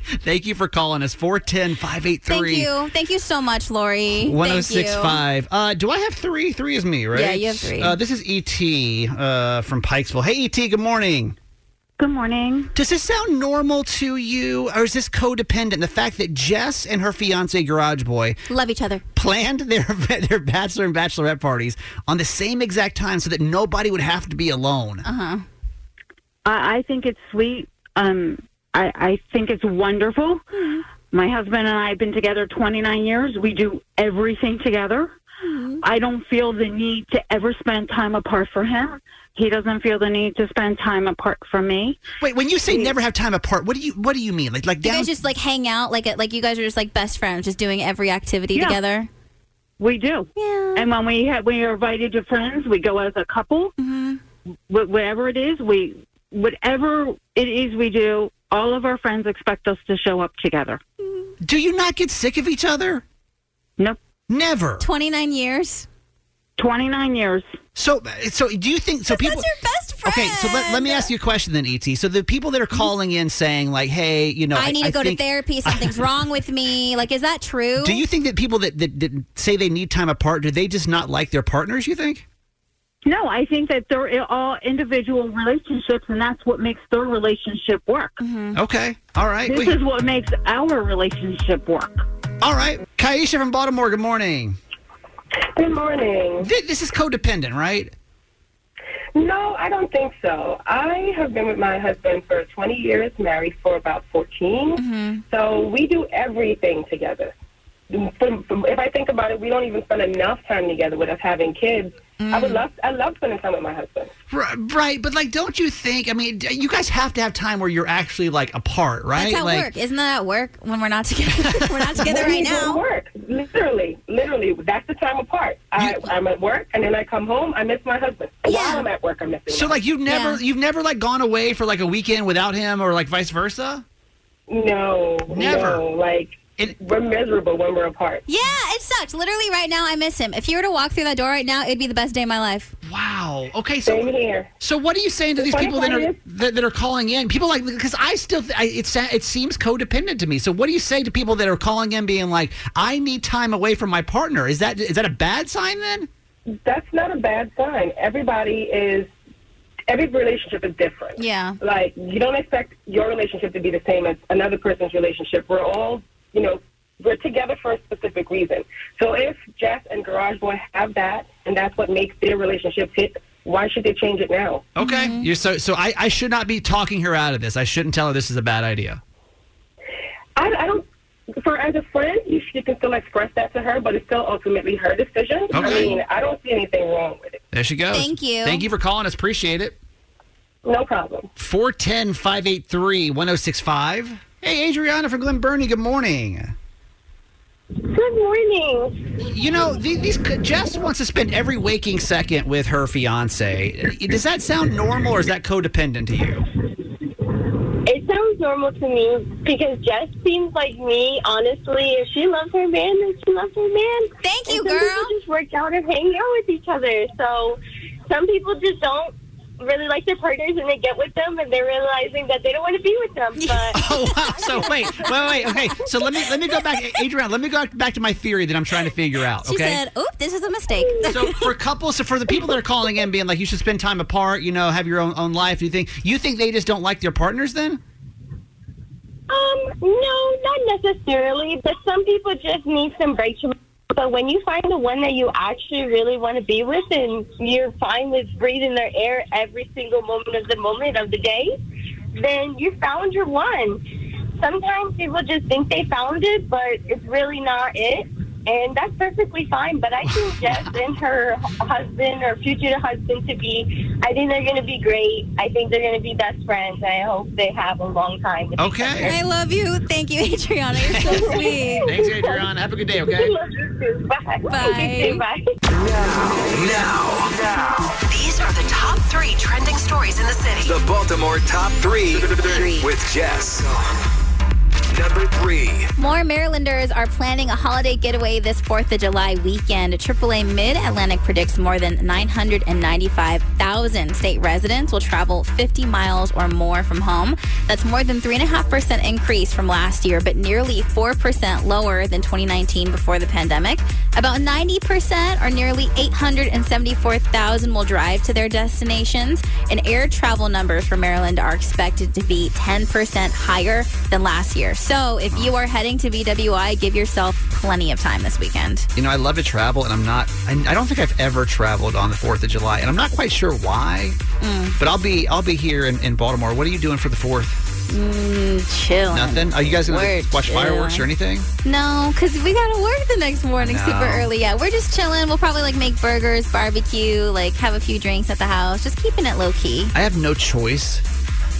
Speaker 3: thank you for calling us 410
Speaker 4: Thank
Speaker 3: 583
Speaker 4: you. Thank you so much, Lori. Thank
Speaker 3: 1065. Uh, do I have three? Three is me, right?
Speaker 4: Yeah, you have three.
Speaker 3: Uh, this is ET uh, from Pikesville. Hey, ET, good morning.
Speaker 9: Good morning.
Speaker 3: Does this sound normal to you, or is this codependent? The fact that Jess and her fiance Garage Boy
Speaker 4: you. Love each other.
Speaker 3: planned their their bachelor and bachelorette parties on the same exact time so that nobody would have to be alone.
Speaker 9: I, I think it's sweet. Um, I, I think it's wonderful. My husband and I have been together 29 years. We do everything together. I don't feel the need to ever spend time apart for him. He doesn't feel the need to spend time apart from me.
Speaker 3: Wait, when you say never have time apart, what do you what do you mean? Like like
Speaker 4: You
Speaker 3: down
Speaker 4: guys just like hang out, like uh, like you guys are just like best friends, just doing every activity
Speaker 9: Yeah.
Speaker 4: together.
Speaker 9: We do.
Speaker 4: Yeah.
Speaker 9: And when we have, we are invited to friends, we go as a couple. Wh- whatever it is, we whatever it is we do, all of our friends expect us to show up together.
Speaker 3: do you not get sick of each other?
Speaker 9: Nope.
Speaker 3: Never.
Speaker 4: Twenty nine years.
Speaker 9: 29 years.
Speaker 3: So so do you think so people
Speaker 4: That's your best friend. Mm-hmm.
Speaker 3: Okay, so let, let me ask you a question then, ET. So the people that are calling in saying like, "Hey, you know,
Speaker 4: I need to go
Speaker 3: think-
Speaker 4: to therapy. Something's wrong with me. Like, is that true?
Speaker 3: Do you think that people that, that, that say they need time apart, do they just not like their partners, you think?
Speaker 9: No, I think that they're all individual relationships, and that's what makes their relationship work.
Speaker 4: Mm-hmm.
Speaker 10: Mm-hmm.
Speaker 3: Okay. All right.
Speaker 9: This
Speaker 3: We-
Speaker 9: is what makes our relationship work.
Speaker 3: all right. Kaisha from Baltimore, good morning.
Speaker 11: Good morning.
Speaker 3: Th- This is codependent, right?
Speaker 11: No, I don't think so. I have been with my husband for 20 years, married for about 14.
Speaker 4: Mm-hmm.
Speaker 11: So we do everything together. From, from, if I think about it, we don't even spend enough time together with us having kids. I
Speaker 4: Mm.
Speaker 11: would love, I love spending time with my husband.
Speaker 3: R- Right, but like, don't you think? I mean, d- you guys have to have time where you're actually like apart, right?
Speaker 4: That's at
Speaker 3: like,
Speaker 4: work. Isn't that at work when we're not together? we're not together
Speaker 11: We
Speaker 4: right
Speaker 11: go to
Speaker 4: now.
Speaker 11: work, literally, literally. That's the time apart. I, I'm at work, and then I come home. I miss my husband.
Speaker 4: Yeah.
Speaker 11: While I'm at work, I'm missing.
Speaker 3: So
Speaker 11: him.
Speaker 3: like, you've never
Speaker 4: Yeah.
Speaker 3: you've never like gone away for like a weekend without him, or like vice versa.
Speaker 11: no,
Speaker 3: Never.
Speaker 11: no, like
Speaker 3: It-
Speaker 11: we're miserable when we're apart.
Speaker 4: Yeah, it sucks. Literally, right now, I miss him. If you were to walk through that door right now, it'd be the best day of my life.
Speaker 3: Wow. Okay. So
Speaker 11: Same here.
Speaker 3: So what are you saying to these
Speaker 11: funny
Speaker 3: people that
Speaker 11: part
Speaker 3: are
Speaker 11: is-
Speaker 3: that, that are calling in? People like because I still th- I, it sa- it seems codependent to me. So what do you say to people that are calling in, being like, "I need time away from my partner"? Is that is that a bad sign then?
Speaker 11: that's not a bad sign. Everybody is every relationship is different.
Speaker 4: Yeah.
Speaker 11: Like you don't expect your relationship to be the same as another person's relationship. We're all, you know, we're together for a specific reason. So if Jess and Garage Boy have that and that's what makes their relationship hit, why should they change it now?
Speaker 3: Okay,
Speaker 11: Mm-hmm.
Speaker 3: you're so so I, I should not be talking her out of this. I shouldn't tell her this is a bad idea.
Speaker 11: I, I don't for as a friend, you, sh- you can still express that to her, but it's still ultimately her decision. I
Speaker 3: Okay.
Speaker 11: mean, I don't see anything wrong with it.
Speaker 3: There she goes.
Speaker 11: Thank you.
Speaker 3: Thank you for calling us. Appreciate it.
Speaker 11: No problem.
Speaker 3: 410 583 1065. Hey, Adriana from Glen Burnie. Good morning.
Speaker 12: Good morning.
Speaker 3: You know, the- these Jess wants to spend every waking second with her fiance. Does that sound normal or is that codependent to you?
Speaker 12: It sounds normal to me because Jess seems like me. Honestly, if she loves her man, then she loves her man. Thank you, girl. Just work out and hang out with each other. So some people just don't really like their partners, and they get with them, and they're realizing that they don't want to be with them. But
Speaker 3: oh wow! So wait, wait, wait. Okay, so let me let me go back, Adriana. Let me go back to my theory that I'm trying to figure out.
Speaker 4: She
Speaker 3: Okay.
Speaker 4: said, oop, this is a mistake.
Speaker 3: so for couples, so for the people that are calling in, being like, you should spend time apart, you know, have your own own life. You think you think they just don't like their partners? Then
Speaker 12: um, no, not necessarily. But some people just need some breaks from. But when you find the one that you actually really want to be with, and you're fine with breathing their air every single moment of the moment of the day, then you found your one. Sometimes people just think they found it, but it's really not it. And that's perfectly fine. But I think Jess and her husband or future husband to be, I think they're going to be great. I think they're going to be best friends. And I hope they have a long time. with each other.
Speaker 4: I love you. Thank you, Adriana. You're so sweet.
Speaker 3: Thanks, Adriana. Have a good day. Okay.
Speaker 12: Bye.
Speaker 4: Bye.
Speaker 1: Now,
Speaker 2: These are the top three trending stories in the city.
Speaker 1: the Baltimore top three with Jess. Number three.
Speaker 4: More Marylanders are planning a holiday getaway this 4th of July weekend. AAA Mid Atlantic predicts more than 995,000 state residents will travel 50 miles or more from home. That's more than 3.5% increase from last year, but nearly 4% lower than 2019 before the pandemic. About 90% or nearly 874,000 will drive to their destinations, and air travel numbers for Maryland are expected to be 10% higher than last year. So if you are heading to BWI, give yourself plenty of time this weekend.
Speaker 3: You know, I love to travel, and I'm not. I, I don't think I've ever traveled on the Fourth of July, and I'm not quite sure why.
Speaker 4: Mm.
Speaker 3: But I'll be I'll be here in, in Baltimore. What are you doing for the Fourth?
Speaker 4: Mm, chill.
Speaker 3: Nothing. Are you guys gonna
Speaker 4: We're
Speaker 3: watch fireworks or
Speaker 4: chilling.
Speaker 3: anything?
Speaker 4: No, because we gotta work the next morning
Speaker 3: No.
Speaker 4: super early. Yeah, we're just chilling. We'll probably like make burgers, barbecue, like have a few drinks at the house. Just keeping it low key.
Speaker 3: I have no choice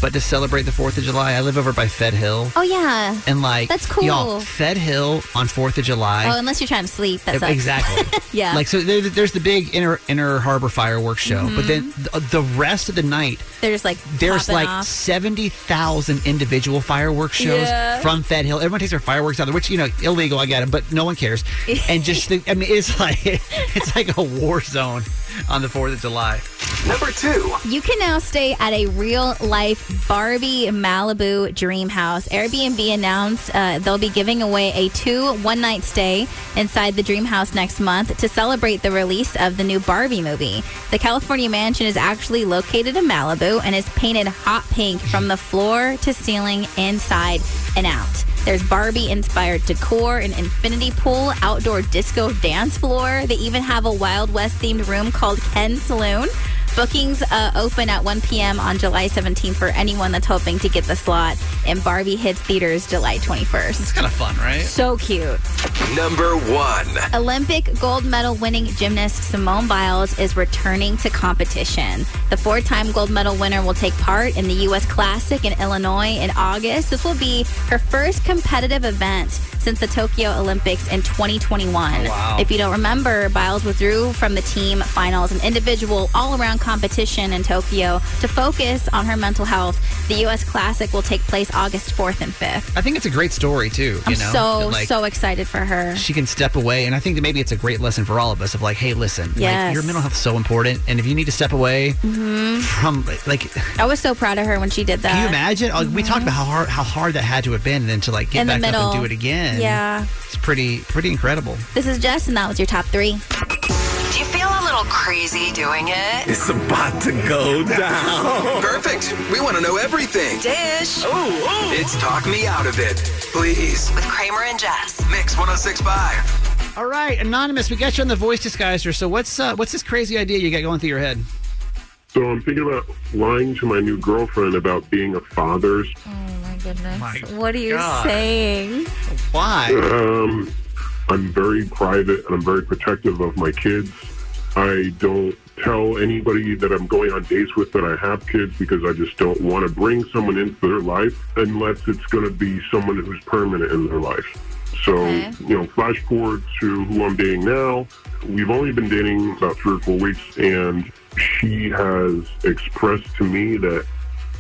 Speaker 3: but to celebrate the Fourth of July. I live over by Fed Hill,
Speaker 4: Oh yeah.
Speaker 3: and like
Speaker 4: That's cool.
Speaker 3: y'all, Fed Hill on Fourth of July.
Speaker 4: oh, unless you're trying to sleep. That's
Speaker 3: E- exactly.
Speaker 4: yeah.
Speaker 3: Like so, there, there's the big inner inner harbor fireworks show, but then
Speaker 4: Mm-hmm.
Speaker 3: th- the rest of the night,
Speaker 4: they're just like
Speaker 3: there's
Speaker 4: popping
Speaker 3: like
Speaker 4: off.
Speaker 3: seventy thousand individual fireworks shows
Speaker 4: Yeah.
Speaker 3: from Fed Hill. Everyone takes their fireworks out there, which you know illegal. I get it, but no one cares. and just, think, I mean, it's like it's like a war zone on the Fourth of July.
Speaker 1: Number two.
Speaker 4: You can now stay at a real life Barbie Malibu dream house. Airbnb announced uh, they'll be giving away a two one night stay inside the dream house next month to celebrate the release of the new Barbie movie. The California mansion is actually located in Malibu and is painted hot pink from the floor to ceiling inside and out. There's Barbie inspired decor, an infinity pool, outdoor disco dance floor. They even have a Wild West themed room called Ken Saloon. Bookings uh, open at 1 p.m. on July 17th for anyone that's hoping to get the slot. And Barbie hits theaters July 21st.
Speaker 3: Kind of fun, right?
Speaker 4: So cute.
Speaker 1: Number one.
Speaker 4: Olympic gold medal winning gymnast Simone Biles is returning to competition. The four time gold medal winner will take part in the U.S. Classic in Illinois in August. This will be her first competitive event since the Tokyo Olympics in 2021.
Speaker 13: Oh, wow.
Speaker 4: If you don't remember, Biles withdrew from the team finals and individual all around competition in Tokyo to focus on her mental health. The U.S. Classic will take place August 4th and 5th.
Speaker 3: I think it's a great story too.
Speaker 4: I'm
Speaker 3: you know,
Speaker 4: so,
Speaker 3: And, like,
Speaker 4: so excited for her.
Speaker 3: she can step away and i think that maybe it's a great lesson for all of us of like hey listen like
Speaker 4: Yes.
Speaker 3: your mental health is so important and if you need to step away
Speaker 4: Mhm.
Speaker 3: from like
Speaker 4: I was so proud of her when she did that. Mm-hmm.
Speaker 3: can you imagine Like, we talked about how hard how hard that had to have been and then to like get
Speaker 4: In the
Speaker 3: back up
Speaker 4: middle.
Speaker 3: and do it again
Speaker 4: Yeah.
Speaker 3: it's pretty pretty incredible
Speaker 4: This is Jess, and that was your top three.
Speaker 2: Do you feel a little crazy doing it?
Speaker 1: It's about to go
Speaker 2: down.
Speaker 1: Perfect. We want to know everything.
Speaker 2: Dish.
Speaker 1: Ooh, It's Talk Me Out of It. Please.
Speaker 2: With Kramer and Jess.
Speaker 1: Mix 1065.
Speaker 3: all right anonymous we got you on the voice disguiser so what's uh what's this crazy idea you got going through your head
Speaker 14: So I'm thinking about lying to my new girlfriend about being a father.
Speaker 4: Oh goodness.
Speaker 13: My
Speaker 4: what are you
Speaker 13: God.
Speaker 4: saying?
Speaker 13: Um, I'm very private and I'm very protective of my kids. I don't tell anybody that I'm going on dates with that I have kids because I just don't want to bring someone into their life unless it's going to be someone who's permanent in their life. So,
Speaker 14: Okay.
Speaker 13: you know, flash forward to who I'm dating now. We've only been dating about three or four weeks, and she has expressed to me that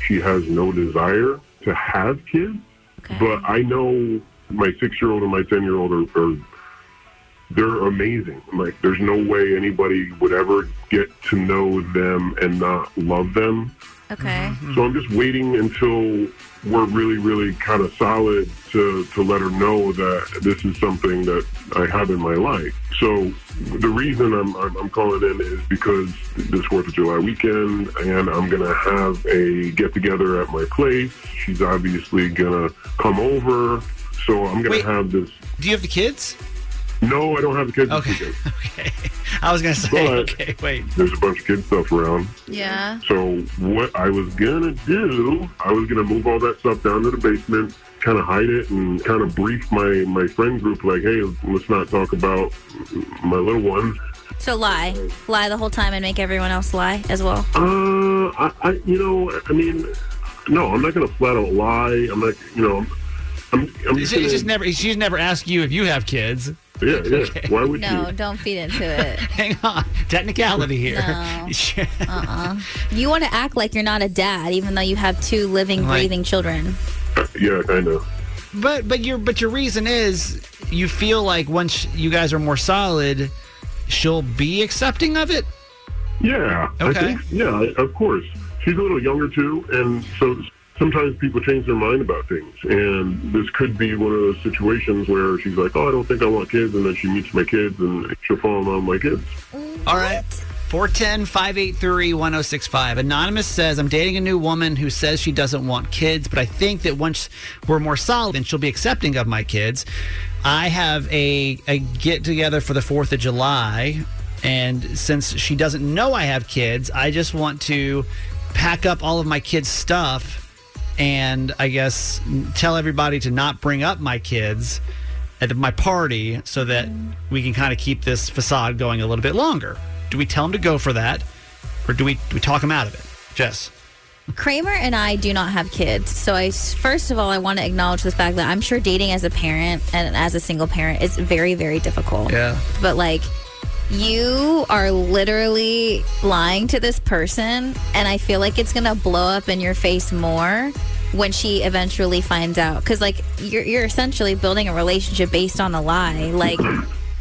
Speaker 13: she has no desire to have kids. But I know my six year old and my 10 year old are, are they're amazing. Like, there's no way anybody would ever get to know them and not love them.
Speaker 4: Okay.
Speaker 13: So I'm just waiting until we're really, really kind of solid to, to let her know that this is something that I have in my life. So the reason I'm, I'm, I'm calling in is because this 4th of July weekend, and I'm going to have a get together at my place. She's obviously going to come over. So I'm going to have this.
Speaker 3: Do you have the kids?
Speaker 13: No, I don't have the kids this weekend.
Speaker 3: I was going to say,
Speaker 13: But-
Speaker 3: okay, wait.
Speaker 13: There's a bunch of kid stuff around.
Speaker 4: Yeah.
Speaker 13: So what I was gonna do, I was gonna move all that stuff down to the basement, kind of hide it, and kind of brief my my friend group like, hey, let's not talk about my little one.
Speaker 4: So lie. Lie the whole time and make everyone else lie as well.
Speaker 13: Uh, I, I you know, I mean, no, I'm not gonna flat out lie. I'm not, you know, I'm, I'm, I'm
Speaker 15: She,
Speaker 13: just gonna,
Speaker 15: she's never she's never asked you if you have kids.
Speaker 13: yeah, yeah. Why would
Speaker 4: No, don't feed into it.
Speaker 3: Hang on. Technicality here.
Speaker 4: Uh-uh. You want to act like you're not a dad, even though you have two living,
Speaker 3: Like-
Speaker 4: breathing children.
Speaker 13: yeah, kind of.
Speaker 3: But but your but your reason is you feel like once you guys are more solid, she'll be accepting of it.
Speaker 13: Yeah.
Speaker 3: Okay.
Speaker 13: I think, yeah, of course. She's a little younger too, and so sometimes people change their mind about things. And this could be one of those situations where she's like, "Oh, I don't think I want kids," and then she meets my kids, and she'll fall in love with my kids.
Speaker 3: All right. 410 583 1065. Anonymous says, I'm dating a new woman who says she doesn't want kids, but I think that once we're more solid and she'll be accepting of my kids. I have a, a get together for the 4th of July. And since she doesn't know I have kids, I just want to pack up all of my kids' stuff and I guess tell everybody to not bring up my kids at my party so that we can kind of keep this facade going a little bit longer. Do we tell him to go for that, or do we do we talk him out of it? Jess,
Speaker 4: Kramer and I do not have kids. So, I first of all, I want to acknowledge the fact that I'm sure dating as a parent and as a single parent is very, very difficult.
Speaker 3: Yeah.
Speaker 4: But, like, you are literally lying to this person, and I feel like it's going to blow up in your face more when she eventually finds out. Because, like, you're, you're essentially building a relationship based on a lie. Like,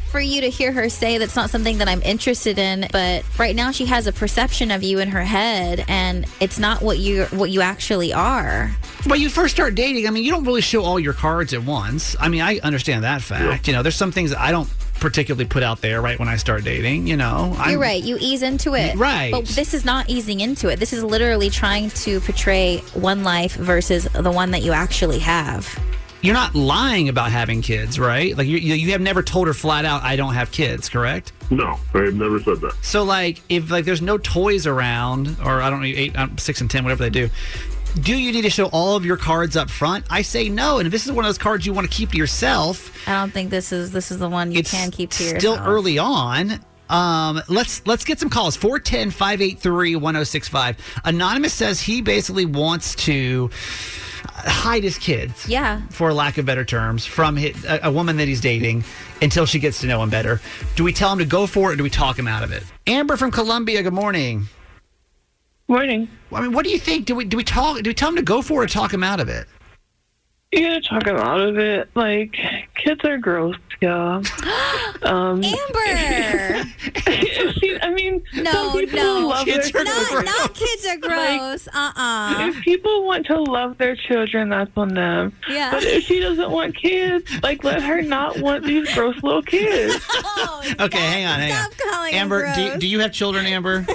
Speaker 4: for you to hear her say that's not something that I'm interested in, but right now she has a perception of you in her head and it's not what you what you actually are.
Speaker 3: when you first start dating, I mean, you don't really show all your cards at once. I mean, I understand that fact. You know, there's some things that I don't particularly put out there right when I start dating. You know, I'm-
Speaker 4: You're right. You ease into it.
Speaker 3: Right.
Speaker 4: But this is not easing into it. This is literally trying to portray one life versus the one that you actually have.
Speaker 3: You're not lying about having kids, right? Like you, you you have never told her flat out, "I don't have kids," correct?
Speaker 13: No, I have never said that.
Speaker 3: So like if like there's no toys around or I don't know eight um, six and ten whatever they do, do you need to show all of your cards up front? I say no. And if this is one of those cards you want to keep to yourself,
Speaker 4: I don't think this is this is the one you can keep to yourself.
Speaker 3: still early on. Um, let's let's get some calls 410-583-1065. Anonymous says he basically wants to hide his kids.
Speaker 4: Yeah.
Speaker 3: For lack of better terms from his, a, a woman that he's dating until she gets to know him better. Do we tell him to go for it or do we talk him out of it? Amber from Columbia, good morning.
Speaker 10: Morning.
Speaker 3: I mean, what do you think? Do we do we talk do we tell him to go for it or talk him out of it?
Speaker 10: You gotta talk him out of it. Like, kids are gross, yeah. Um,
Speaker 4: Amber!
Speaker 10: I mean, some
Speaker 4: no,
Speaker 10: people
Speaker 4: no.
Speaker 10: love their
Speaker 4: not,
Speaker 10: children.
Speaker 4: not kids are gross. uh uh
Speaker 10: If people want to love their children, that's on them.
Speaker 4: Yeah.
Speaker 10: But if she doesn't want kids, like, let her not want these gross little kids.
Speaker 4: Oh,
Speaker 3: Okay, hang on, hang on.
Speaker 4: calling him
Speaker 3: Amber, do you,
Speaker 10: gross.
Speaker 3: do you have children, Amber?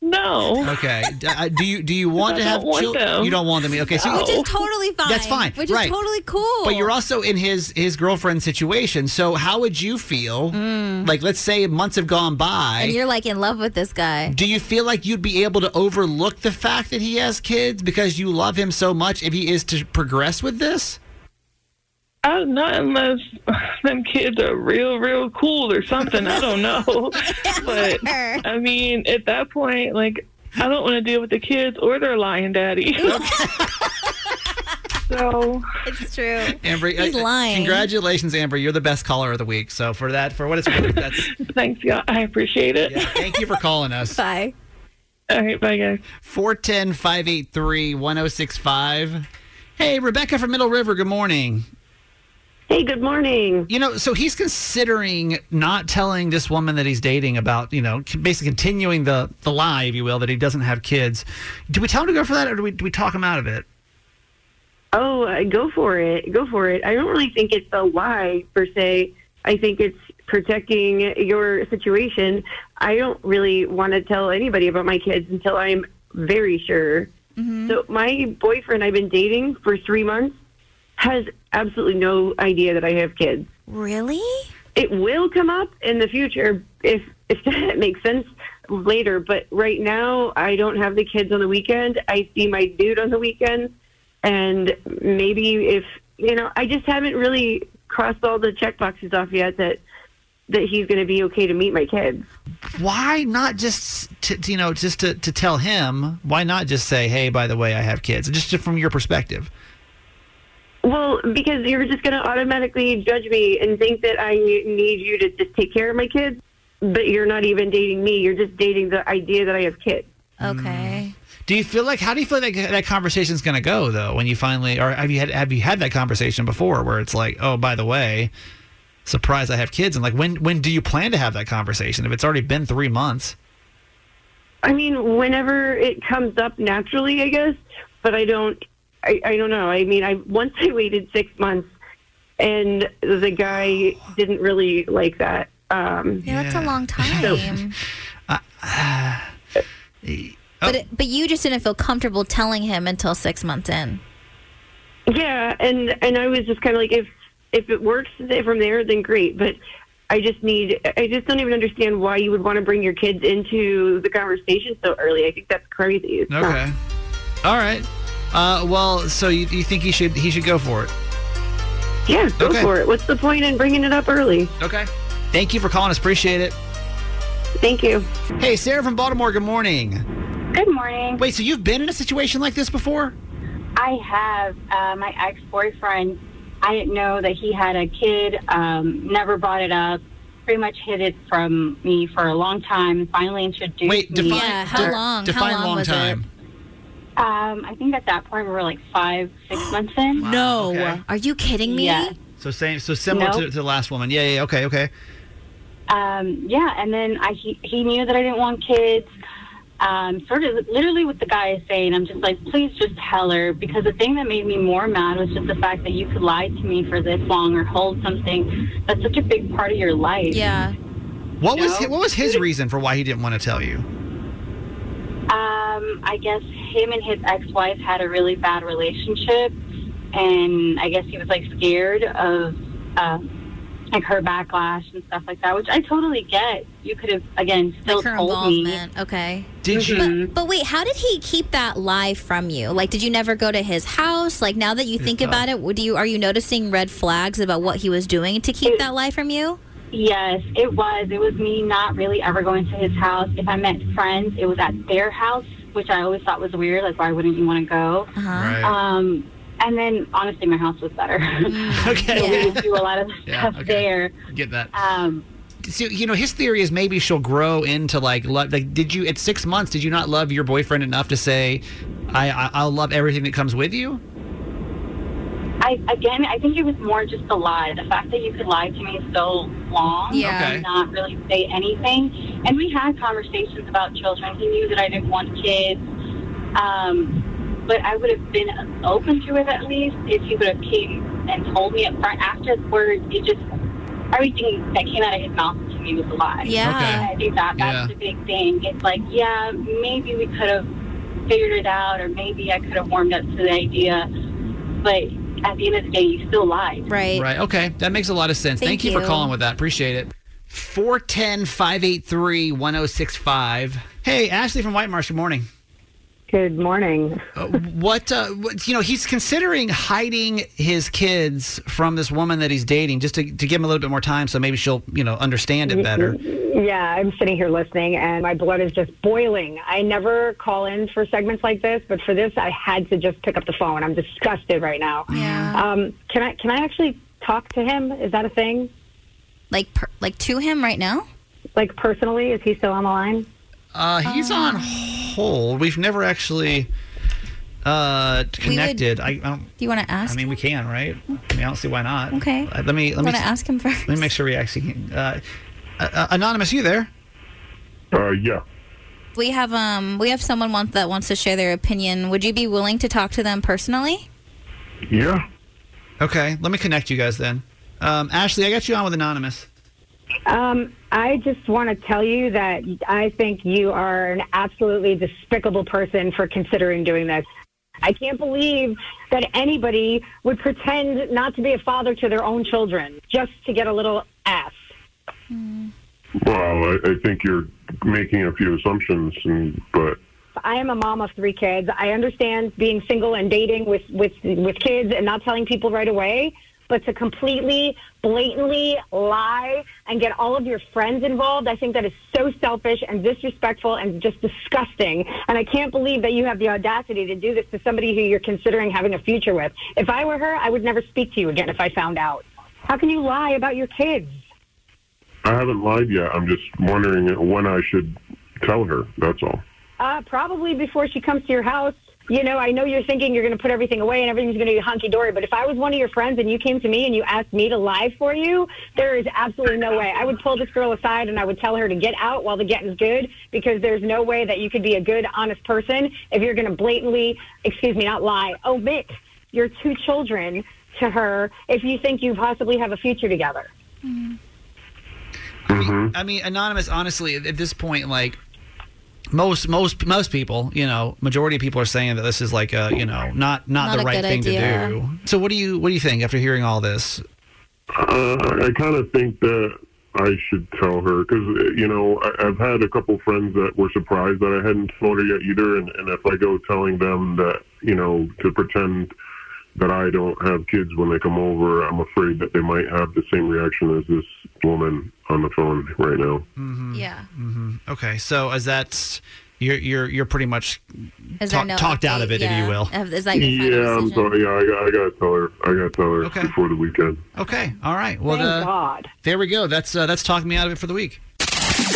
Speaker 10: No.
Speaker 3: Okay. D- uh, Do you do you want
Speaker 10: I
Speaker 3: to have
Speaker 10: don't want
Speaker 3: children?
Speaker 10: them.
Speaker 3: You don't want them. Okay. So
Speaker 4: Which is totally fine.
Speaker 3: That's fine.
Speaker 4: Which
Speaker 3: right.
Speaker 4: is totally cool.
Speaker 3: But you're also in his his girlfriend situation. So how would you feel? Like, let's say months have gone by.
Speaker 4: Mm. and you're like in love with this guy.
Speaker 3: do you feel like you'd be able to overlook the fact that he has kids because you love him so much if he is to progress with this?
Speaker 10: I, Uh, not unless them kids are real, real cool or something. I don't know. but I mean, at that point, like, I don't want to deal with the kids or their lying daddy. so
Speaker 4: it's true.
Speaker 3: Amber,
Speaker 10: He's
Speaker 3: uh,
Speaker 10: lying.
Speaker 3: Congratulations, Amber. You're the best caller of the week. So for that, for what it's worth, that's
Speaker 10: thanks, y'all. I appreciate it.
Speaker 3: Yeah, thank you for calling us.
Speaker 4: Bye.
Speaker 10: All right, bye guys.
Speaker 3: 410 583 1065. Hey, Rebecca from Middle River, good morning.
Speaker 14: Hey, good morning.
Speaker 3: You know, so he's considering not telling this woman that he's dating about, you know, basically continuing the the lie, if you will, that he doesn't have kids. Do we tell him to go for that or do we, do we talk him out of it?
Speaker 14: Oh, uh, go for it. Go for it. I don't really think it's a lie per se. I think it's protecting your situation. I don't really want to tell anybody about my kids until I'm very sure. So, my boyfriend I've been dating for three months has absolutely no idea that I have kids.
Speaker 4: Really?
Speaker 14: It will come up in the future if if that makes sense later. But right now, I don't have the kids on the weekend. I see my dude on the weekend, and maybe if you know, I just haven't really crossed all the check boxes off yet that that he's going to be okay to meet my kids.
Speaker 3: Why not just, to, to, you know, just to, to tell him, why not just say, hey, by the way, I have kids? Just from your perspective.
Speaker 14: Well, because you're just going to automatically judge me and think that I need you to just take care of my kids, but you're not even dating me. You're just dating the idea that I have kids.
Speaker 4: Okay.
Speaker 3: Do you feel like how do you feel like that conversation's going to go though when you finally or have you had have you had that conversation before where it's like oh by the way surprise I have kids and like when when do you plan to have that conversation if it's already been three months
Speaker 14: I mean, whenever it comes up naturally, I guess. But I don't. I, I don't know. I mean, I once I waited six months, and the guy didn't really like that. Um,
Speaker 4: Yeah, that's a long time.
Speaker 3: uh,
Speaker 4: But
Speaker 3: oh.
Speaker 4: it, but you just didn't feel comfortable telling him until six months in.
Speaker 14: Yeah, and and I was just kind of like, if if it works th- from there, then great. But I just need. I just don't even understand why you would want to bring your kids into the conversation so early. I think that's crazy. It's not-
Speaker 3: okay all right uh, well so you, you think he should he should go for it
Speaker 14: Yeah, go
Speaker 3: Okay.
Speaker 14: for it. What's the point in bringing it up early?
Speaker 3: okay thank you for calling us appreciate it
Speaker 14: thank you
Speaker 3: hey Sarah from Baltimore good morning
Speaker 16: Good morning.
Speaker 3: wait so you've been in a situation like this before
Speaker 16: I have uh, my ex boyfriend. I didn't know that he had a kid, um, never brought it up, pretty much hid it from me for a long time, finally introduced
Speaker 3: Wait,
Speaker 16: me.
Speaker 3: define- Yeah, how de- long- how define long long was it? time.
Speaker 16: Um, I think at that point we were like five, six months in.
Speaker 3: No. okay.
Speaker 4: Are you kidding me?
Speaker 16: Yeah.
Speaker 3: so same so similar to,
Speaker 16: Nope.
Speaker 3: to the last woman yeah yeah okay okay
Speaker 16: Um, yeah, and then I he, he knew that I didn't want kids. Um, sort of literally what the guy is saying. I'm just like, please just tell her because the thing that made me more mad was just the fact that you could lie to me for this long or hold something that's such a big part of your life.
Speaker 4: Yeah.
Speaker 3: What was hi- what was his reason for why he didn't want to tell you?
Speaker 16: Um, I guess him and his ex-wife had a really bad relationship, and I guess he was like scared of uh, like her backlash and stuff like that, which I totally get. You could have again still
Speaker 4: Like her
Speaker 16: told me.
Speaker 4: involvement. Okay.
Speaker 3: Did you?
Speaker 4: But, but wait, how did he keep that lie from you? Like, did you never go to his house? Like, now that you think
Speaker 16: not.
Speaker 4: about it, what do you are you noticing red flags about what he was doing to keep that lie from you?
Speaker 16: Yes, it was. It was me not really ever going to his house. If I met friends, it was at their house, which I always thought was weird. Like, why wouldn't you want to go?
Speaker 4: Uh-huh.
Speaker 3: Right.
Speaker 16: Um, and then, honestly, my house was better. okay. so we would do a lot of
Speaker 3: Yeah,
Speaker 16: stuff
Speaker 3: okay.
Speaker 16: there.
Speaker 3: Get that.
Speaker 16: Um,
Speaker 3: So, you know, his theory is maybe she'll grow into like love. Like, did you at six months? Did you not love your boyfriend enough to say, I, I I'll love everything that comes with you?
Speaker 16: I again, I think it was more just a lie. The fact that you could lie to me so long
Speaker 3: Yeah. Okay.
Speaker 16: and not really say anything. And we had conversations about children. He knew that I didn't want kids, um, but I would have been open to it at least if he would have came and told me up front. Afterwards, it just everything that came out of his mouth to me me was a lie.
Speaker 4: Yeah.
Speaker 16: And I think that that's
Speaker 4: Yeah.
Speaker 16: the big thing. It's like, yeah, maybe we could have figured it out, or maybe I could have warmed up to the idea, but at the end of the day, you still lied.
Speaker 4: Right.
Speaker 15: Right. Okay. That makes a lot of sense. Thank,
Speaker 16: Thank
Speaker 15: you. for
Speaker 16: you.
Speaker 15: calling with that. Appreciate it.
Speaker 3: 410 583 1065. Hey, Ashley from White Marsh, good morning.
Speaker 17: Good morning.
Speaker 3: what, uh, what, you know, he's considering hiding his kids from this woman that he's dating just to, to give him a little bit more time so maybe she'll, you know, understand it better.
Speaker 17: Yeah, I'm sitting here listening and my blood is just boiling. I never call in for segments like this, but for this I had to just pick up the phone. I'm disgusted right now. Yeah. Um, can I can I actually talk to him? Is that a thing?
Speaker 4: Like per, like to him right now?
Speaker 17: Like personally, is he still on the line?
Speaker 3: Uh, he's on hold. We've never actually uh, connected. I, I don't.
Speaker 4: Do you want to ask?
Speaker 3: I mean, we can, right? I mean, I don't see why not.
Speaker 4: Okay.
Speaker 3: Uh, let me let me
Speaker 4: want to ask him first?
Speaker 3: Let me make sure we actually. Uh, uh, uh, anonymous, you there?
Speaker 13: Uh, yeah.
Speaker 4: We have um we have someone wants that wants to share their opinion. Would you be willing to talk to them personally?
Speaker 13: Yeah.
Speaker 3: Okay. Let me connect you guys then. Um, Ashley, I got you on with anonymous.
Speaker 17: Um, I just want to tell you that I think you are an absolutely despicable person for considering doing this. I can't believe that anybody would pretend not to be a father to their own children just to get a little ass.
Speaker 13: Well, I, I think you're making a few assumptions, and, but
Speaker 17: I am a mom of three kids. I understand being single and dating with with with kids and not telling people right away, but to completely blatantly lie and get all of your friends involved, I think that is so selfish and disrespectful and just disgusting. And I can't believe that you have the audacity to do this to somebody who you're considering having a future with. If I were her, I would never speak to you again if I found out. How can you lie about your kids?
Speaker 13: I haven't lied yet. I'm just wondering when I should tell her. That's all.
Speaker 17: Uh, probably before she comes to your house. You know, I know you're thinking you're going to put everything away and everything's going to be hunky dory, but if I was one of your friends and you came to me and you asked me to lie for you, there is absolutely no way. I would pull this girl aside and I would tell her to get out while the getting's good because there's no way that you could be a good, honest person if you're going to blatantly, excuse me, not lie, omit your two children to her if you think you possibly have a future together.
Speaker 13: Hmm?
Speaker 3: I mean, anonymous. Honestly, at this point, like most most most people, you know, majority of people are saying that this is like a you know not not,
Speaker 13: Not
Speaker 3: the
Speaker 13: a
Speaker 3: right
Speaker 13: good
Speaker 3: thing to
Speaker 13: idea.
Speaker 3: do. So, what do you what do you think after hearing all this?
Speaker 13: Uh, I kind of think that I should tell her because you know I, I've had a couple friends that were surprised that I hadn't told her yet either, and, and if I go telling them that you know to pretend that I don't have kids when they come over, I'm afraid that they might have the same reaction as this woman on the phone right now.
Speaker 4: Yeah.
Speaker 3: hmm Okay, so is that you're you're you're pretty much
Speaker 4: Is there
Speaker 3: talk,
Speaker 4: no
Speaker 3: talked out
Speaker 4: update?
Speaker 3: of it, if
Speaker 4: Yeah.
Speaker 3: you will.
Speaker 4: Of- Is that your final
Speaker 13: Yeah, I'm
Speaker 4: decision?
Speaker 13: sorry. Yeah, I, got- I gotta tell her. I gotta tell her
Speaker 3: Okay.
Speaker 13: before the weekend.
Speaker 3: Okay, all right. Well,
Speaker 13: Thank
Speaker 3: the- There we go. That's uh, that's talking me out of it for the week.